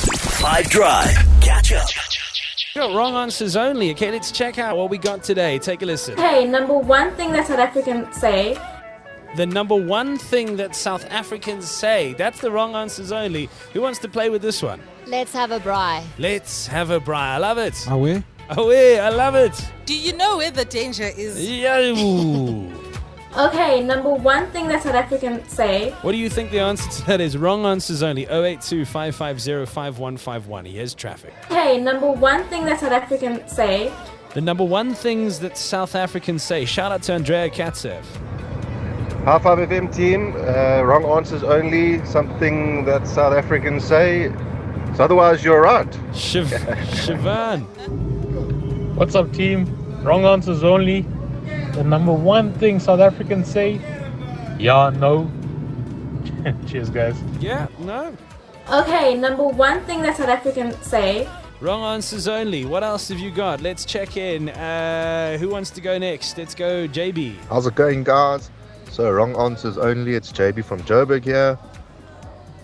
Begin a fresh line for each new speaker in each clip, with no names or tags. Five Drive. Catch up.
Got wrong answers only. Okay, let's check out what we got today. Take a listen.
Okay, number one thing that South Africans say.
The number one thing that South Africans say. That's the wrong answers only. Who wants to play with this one?
Let's have a bri.
Let's have a bri. I love it.
Are we?
Oh, yeah, I love it.
Do you know where the danger is?
Yeah. ooh.
Okay, number one thing that South Africans say.
what do you think the answer to that is? Wrong answers only. 082 550 5151. Here's traffic.
Okay, number one thing that South Africans say.
The number one things that South Africans say. Shout out to Andrea Katsev.
High Five FM team, uh, wrong answers only, something that South Africans say. So otherwise, you're right.
Shiv- Shivan.
What's up, team? Wrong answers only. The number one thing South Africans say, yeah, no. Cheers, guys.
Yeah, no.
Okay, number one thing that South Africans say.
Wrong answers only. What else have you got? Let's check in. Uh, who wants to go next? Let's go, JB.
How's it going, guys? So, wrong answers only. It's JB from Joburg here.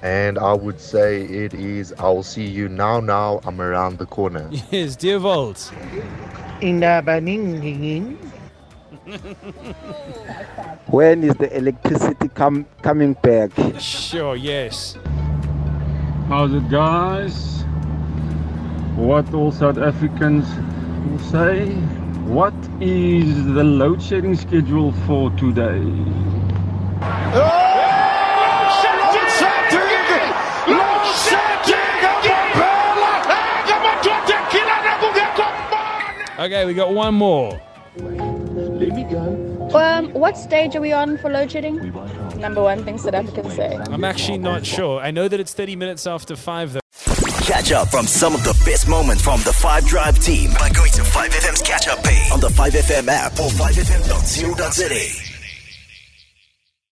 And I would say it is I'll see you now, now. I'm around the corner.
Yes, dear Volt.
When is the electricity come coming back?
Sure, yes.
How's it, guys? What all South Africans will say? What is the load shedding schedule for today?
Okay, we got one more.
Um, what stage are we on for load shedding? Number one thing South Africans say.
I'm actually not sure. I know that it's 30 minutes after 5, though.
Catch up from some of the best moments from the Five Drive team by going to 5FM's catch up page on the 5FM app or 5FM.co.za.